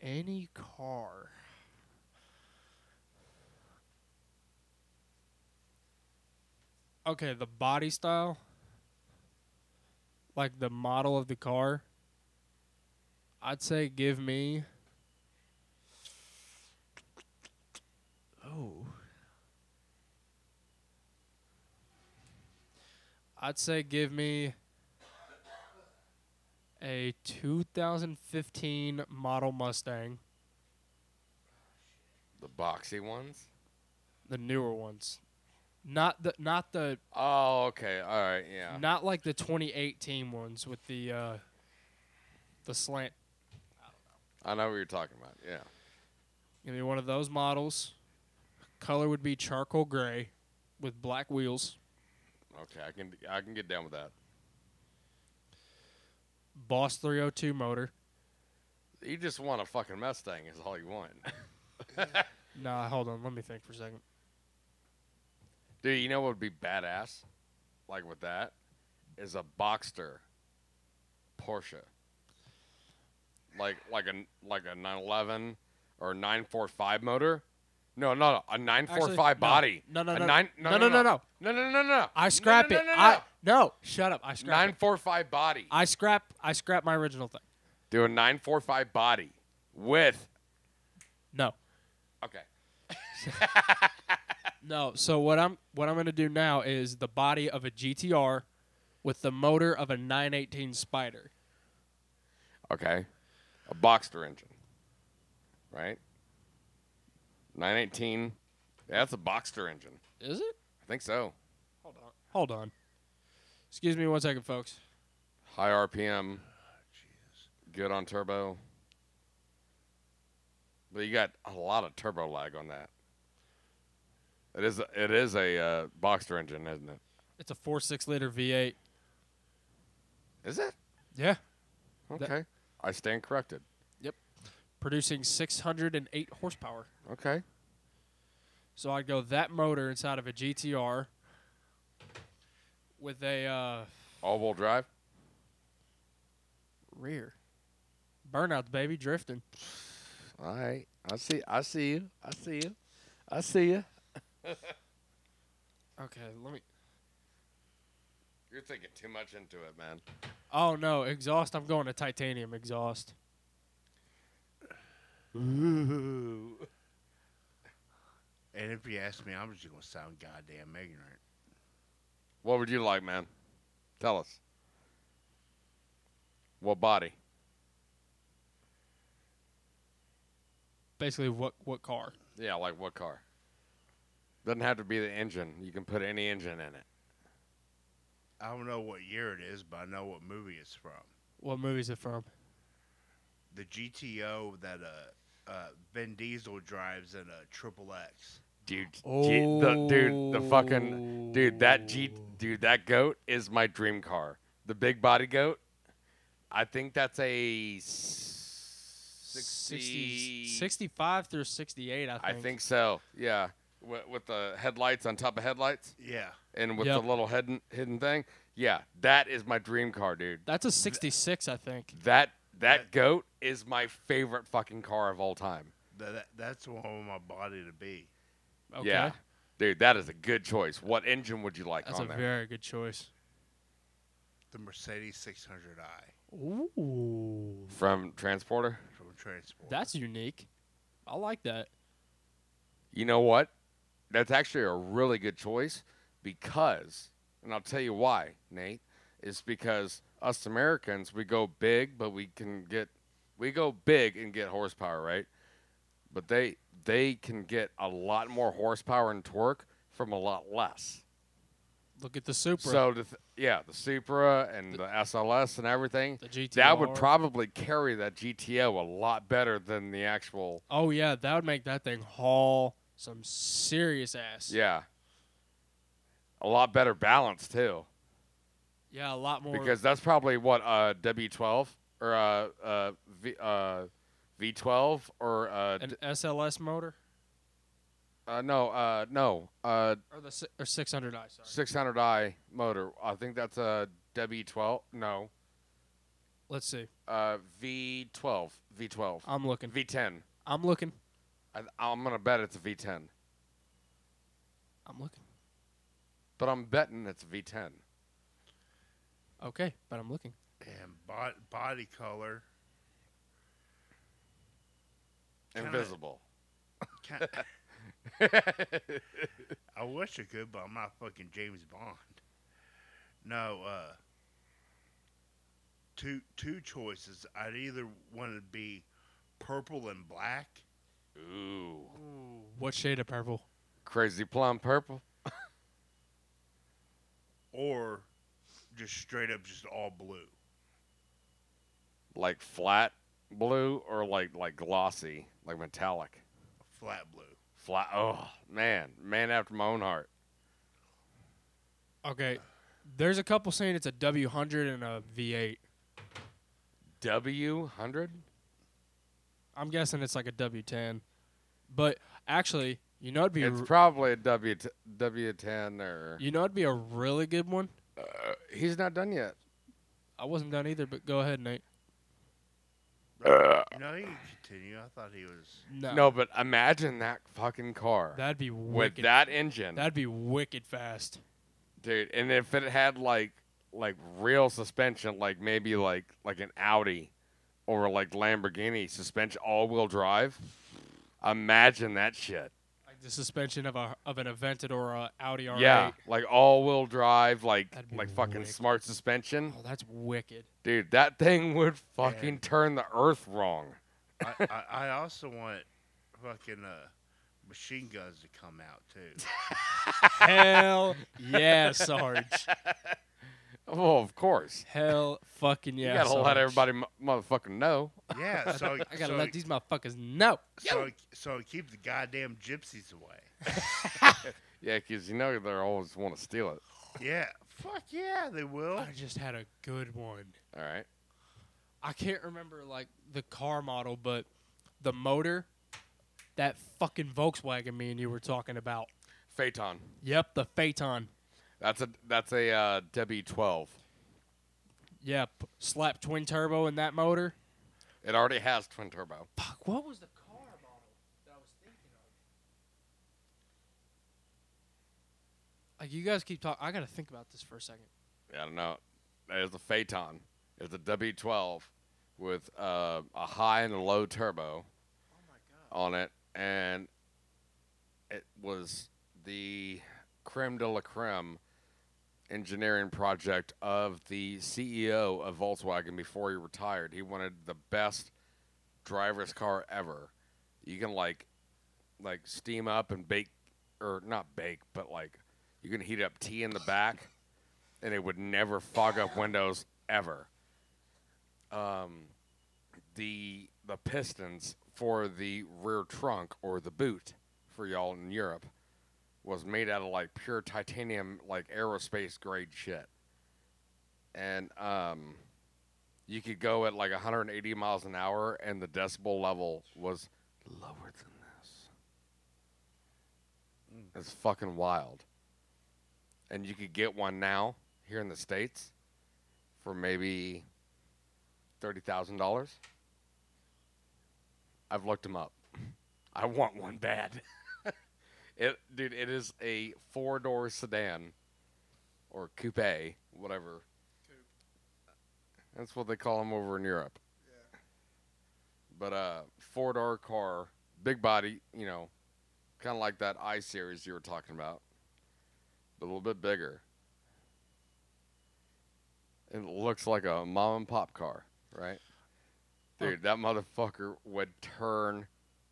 Any car. Okay, the body style, like the model of the car, I'd say give me. Oh. I'd say give me a 2015 model Mustang,
The boxy ones?
the newer ones. Not the not the
Oh, okay. All right, yeah.
not like the 2018 ones with the uh the slant.
I know what you're talking about. Yeah.
Give me one of those models. Color would be charcoal gray with black wheels,
Okay, I can I can get down with that.
Boss 302 motor.
You just want a fucking Mustang is all you want.
Nah, hold on, let me think for a second.
Dude, you know what would be badass? Like with that is a Boxster Porsche. Like like a like a 911 or 945 motor? No, no, no, a 945
no.
body.
No, no,
A
no,
nine,
no,
no, no, no, no, no, no, no, no.
I scrap
no, no,
it.
No, no,
I no, shut up. I
no.
scrap it.
945 body.
I scrap I scrap my original thing.
Do a 945 body with
No.
okay.
No. So what I'm what I'm gonna do now is the body of a GTR with the motor of a 918 Spider.
Okay. A Boxster engine. Right? 918. Yeah, that's a Boxster engine.
Is it?
I think so.
Hold on. Hold on. Excuse me one second, folks.
High RPM. Good on turbo. But you got a lot of turbo lag on that. It is. It is a uh, Boxster engine, isn't it?
It's a four six liter V eight.
Is it?
Yeah,
Okay. I stand corrected.
producing six hundred and eight horsepower.
Okay.
So I'd go that motor inside of a GTR with a uh,
All-wheel drive.
rear burnouts, baby, drifting.
All right. I see. I see you. I see you. I see you.
Okay, let me.
You're thinking too much into it, man.
Oh no, exhaust! I'm going to titanium exhaust.
And if you ask me, I'm just gonna sound goddamn ignorant.
What would you like, man? Tell us. What body?
Basically, what what car?
Yeah, like what car? Doesn't have to be the engine. You can put any engine in it.
I don't know what year it is, but I know what movie it's from.
What movie is it from?
The GTO that uh, uh Vin Diesel drives in a Triple X.
Dude, G- the, dude, the fucking dude, that G, dude, that goat is my dream car. The big body goat. I think that's a s- 60,
65 through 68, I think.
I think so. Yeah, with, with the headlights on top of headlights,
Yeah,
and with
Yep.
the little hidden hidden thing. Yeah, that is my dream car, dude.
That's a 66, I think.
That that goat is my favorite fucking car of all time.
that, that that's what I want my body to be.
Okay.
Yeah. Dude, that is a good choice. What engine would you like
That's a
on there?
very good choice.
The Mercedes 600i
Ooh.
From Transporter?
from Transport.
That's unique. I like that.
You know what? That's actually a really good choice because, and I'll tell you why, Nate, is because us Americans, we go big, but we can get, we go big and get horsepower, right? But they, they can get a lot more horsepower and torque from a lot less.
Look at the Supra.
So the th- yeah, the Supra and the, SLS and everything.
the
That would
GTR.
probably carry that GTO a lot better than the actual.
oh, yeah. That would make that thing haul some serious ass.
Yeah. A lot better balance too,
Yeah, a lot more.
because that's probably what uh W12 or uh uh V uh V12 or uh, d-
an SLS motor
uh no uh no uh
or the si- or 600i, sorry.
600i motor. I think that's a W12. No,
Let's see.
uh V12 V12
I'm looking.
V10.
I'm looking.
I, I'm gonna bet it's a V10.
I'm looking.
But I'm betting it's V10.
Okay, but I'm looking.
and bo- body color. Kinda-
Invisible.
Ki- I wish I could, but I'm not fucking James Bond. No, uh, two two choices. I'd either want to be purple and black.
Ooh.
What shade of purple?
Crazy plum purple.
or just straight up just all blue.
Like flat blue or like like glossy, like metallic.
Flat blue.
Flat. Oh, man. Man after my own heart.
Okay. There's a couple saying it's a W100 and a V8.
W100?
I'm guessing it's like a W10. But actually, you know it'd be
It's
r-
probably a W t- W10 or. uh,
you know it'd be a really good one.
He's not done yet.
I wasn't done either, but go ahead, Nate. Uh,
You know, he can continue. I thought he was.
No.
No, but imagine that fucking car.
That'd be
with
wicked.
that engine.
That'd be wicked fast.
dude. And if it had like like real suspension, like maybe like like an Audi or like Lamborghini suspension, all wheel drive. Imagine that shit.
Like the suspension of a of an Aventador or a Audi R8.
yeah, like all wheel drive, like
That'd be
like fucking
wicked.
smart suspension,
Oh, that's wicked.
dude. That thing would fucking
Yeah.
turn the earth wrong.
I, I, I also want fucking uh, machine guns to come out too.
Hell yeah, Sarge.
Oh, of course.
Hell fucking yeah.
you gotta
Sarge.
let everybody m- motherfucking know.
Yeah, so
I gotta
so,
let these motherfuckers know.
so, so keep the goddamn gypsies away.
Yeah, 'cause you know they always want to steal it.
Yeah. Fuck yeah, they will.
I just had a good one.
All right.
I can't remember like the car model, but the motor, that fucking Volkswagen me and you were talking about.
Phaeton.
Yep, the Phaeton.
That's a that's a uh, W12.
Yep, slap twin turbo in that motor.
It already has twin turbo.
Fuck, what was the car model that I was thinking of? Like you guys keep talking, I gotta think about this for a second.
Yeah, I don't know. There's the Phaeton. It's a W12 with uh, a high and a low turbo
Oh my god.
on it, and it was the creme de la creme engineering project of the CEO of Volkswagen before he retired. He wanted the best driver's car ever. You can like like steam up and bake or not bake, but like you can heat up tea in the back and it would never fog up windows ever. Um the the pistons for the rear trunk or the boot for y'all in Europe was made out of like pure titanium, like aerospace grade shit. And um, you could go at like 180 miles an hour, and the decibel level was lower than this. It's fucking wild. And you could get one now here in the States for maybe $30,000. I've looked them up. I want one bad. It, dude, it is a four door sedan or coupe, whatever. That's what they call them over in Europe. But uh, four door car, big body, you know, kind of like that I series you were talking about, but a little bit bigger. It looks like a mom and pop car, right? Dude, that motherfucker would turn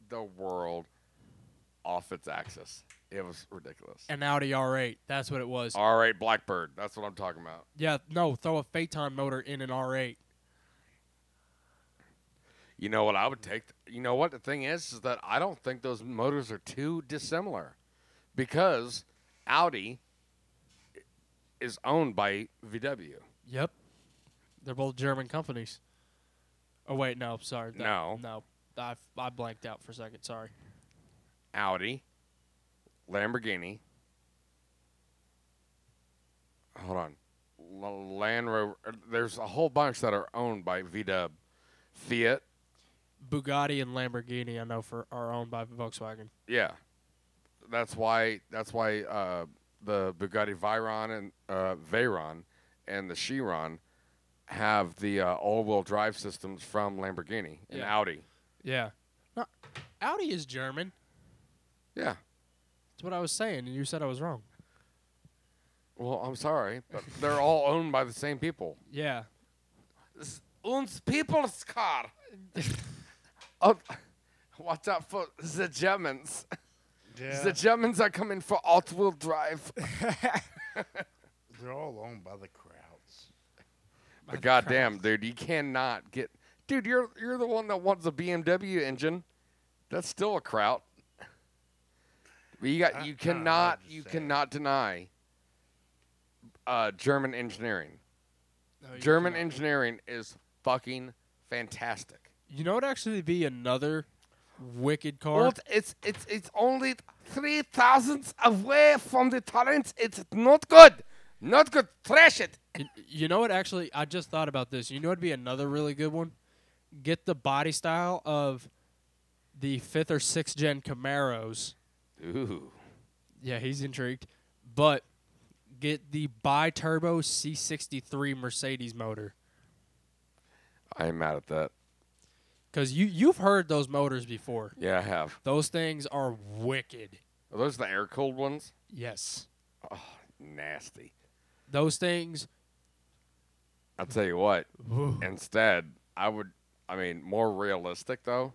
the world off its axis. It was ridiculous.
An Audi R8. That's what it was.
All right, Blackbird. That's what I'm talking about.
yeah, no, throw a Phaeton motor in an R8.
You know what I would take? You know what the thing is is that I don't think those motors are too dissimilar, because Audi is owned by VW.
Yep. They're both German companies. Oh wait, no, sorry. that-
No.
No. I I blanked out for a second, sorry.
Audi, Lamborghini. Hold on, L- Land Rover. er, There's a whole bunch that are owned by VW, Fiat.
Bugatti and Lamborghini I know for are owned by Volkswagen.
Yeah, that's why. That's why uh, the Bugatti Veyron and uh, Veyron and the Chiron have the uh, all-wheel drive systems from Lamborghini and
Yeah.
Audi.
Yeah. No, Audi is German.
Yeah.
That's what I was saying, and you said I was wrong.
Well, I'm sorry, but they're all owned by the same people.
Yeah.
Uns people's car. oh, watch out for the Germans.
Yeah.
The Germans are coming for all-wheel drive.
They're all owned by the crowds.
But goddamn, dude, you cannot get. Dude, you're you're the one that wants a BMW engine. That's still a kraut. But you got you
I- I don't know, I'm
cannot
just
you
saying.
cannot deny uh, German engineering.
No, you
German
cannot.
engineering is fucking fantastic.
You know what actually be another wicked car?
Well, it's it's it's only three thousandths away from the torrents. It's not good, not good. Trash it.
You- you know what actually I just thought about this. You know what'd be another really good one? Get the body style of the fifth or sixth gen Camaros.
Ooh,
Yeah, he's intrigued. But get the bi turbo C sixty three Mercedes motor.
I am mad at that.
Because you you've heard those motors before.
Yeah, I have.
Those things are wicked.
Are those the air cooled ones?
Yes.
Nasty.
Those things
I'll tell you what. Instead, I would. I mean, more realistic though.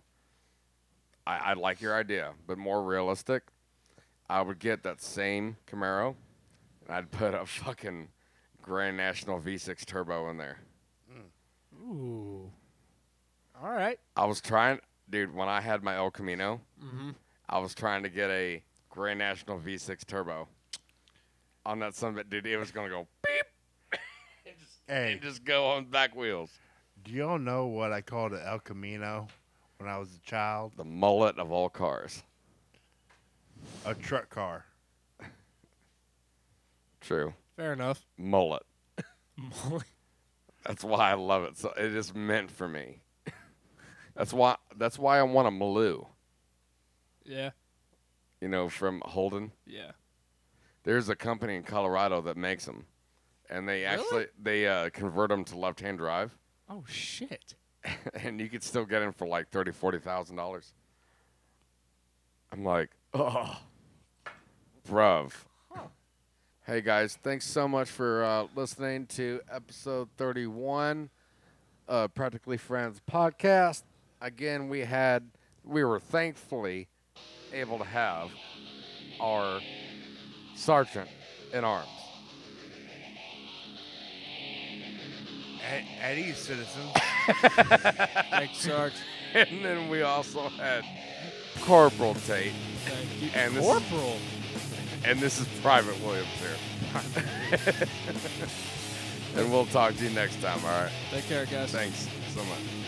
I, I like your idea, but more realistic. I would get that same Camaro, and I'd put a fucking Grand National V6 turbo in there.
Ooh. All right.
I was trying, dude. When I had my El Camino,
Mhm.
I was trying to get a Grand National V6 Turbo on that Sunbit, dude. It was gonna go beep
Hey,
and just go on back wheels.
do y'all know what I called an El Camino when I was a child?
The mullet of all cars.
A truck car.
True,
Fair enough.
mullet. That's why I love it. So it is meant for me. That's why. That's why I want a Maloo.
yeah.
You know, from Holden.
Yeah.
There's a company in Colorado that makes them, and they actually they uh, convert them to left-hand drive,
Oh shit.
and you could still get them for like thirty, forty thousand dollars. I'm like, oh, bruv. Hey guys, thanks so much for uh, listening to episode 31, uh, Practically Friends podcast. Again, we had we were thankfully able to have our sergeant in arms.
Ed- Eddie Citizen.
Thanks, Sarge.
and then we also had Corporal Tate,
Thank you.
And this is-
Corporal.
and this is Private Williams here. and we'll talk to you next time. All right.
Take care, guys.
Thanks so much.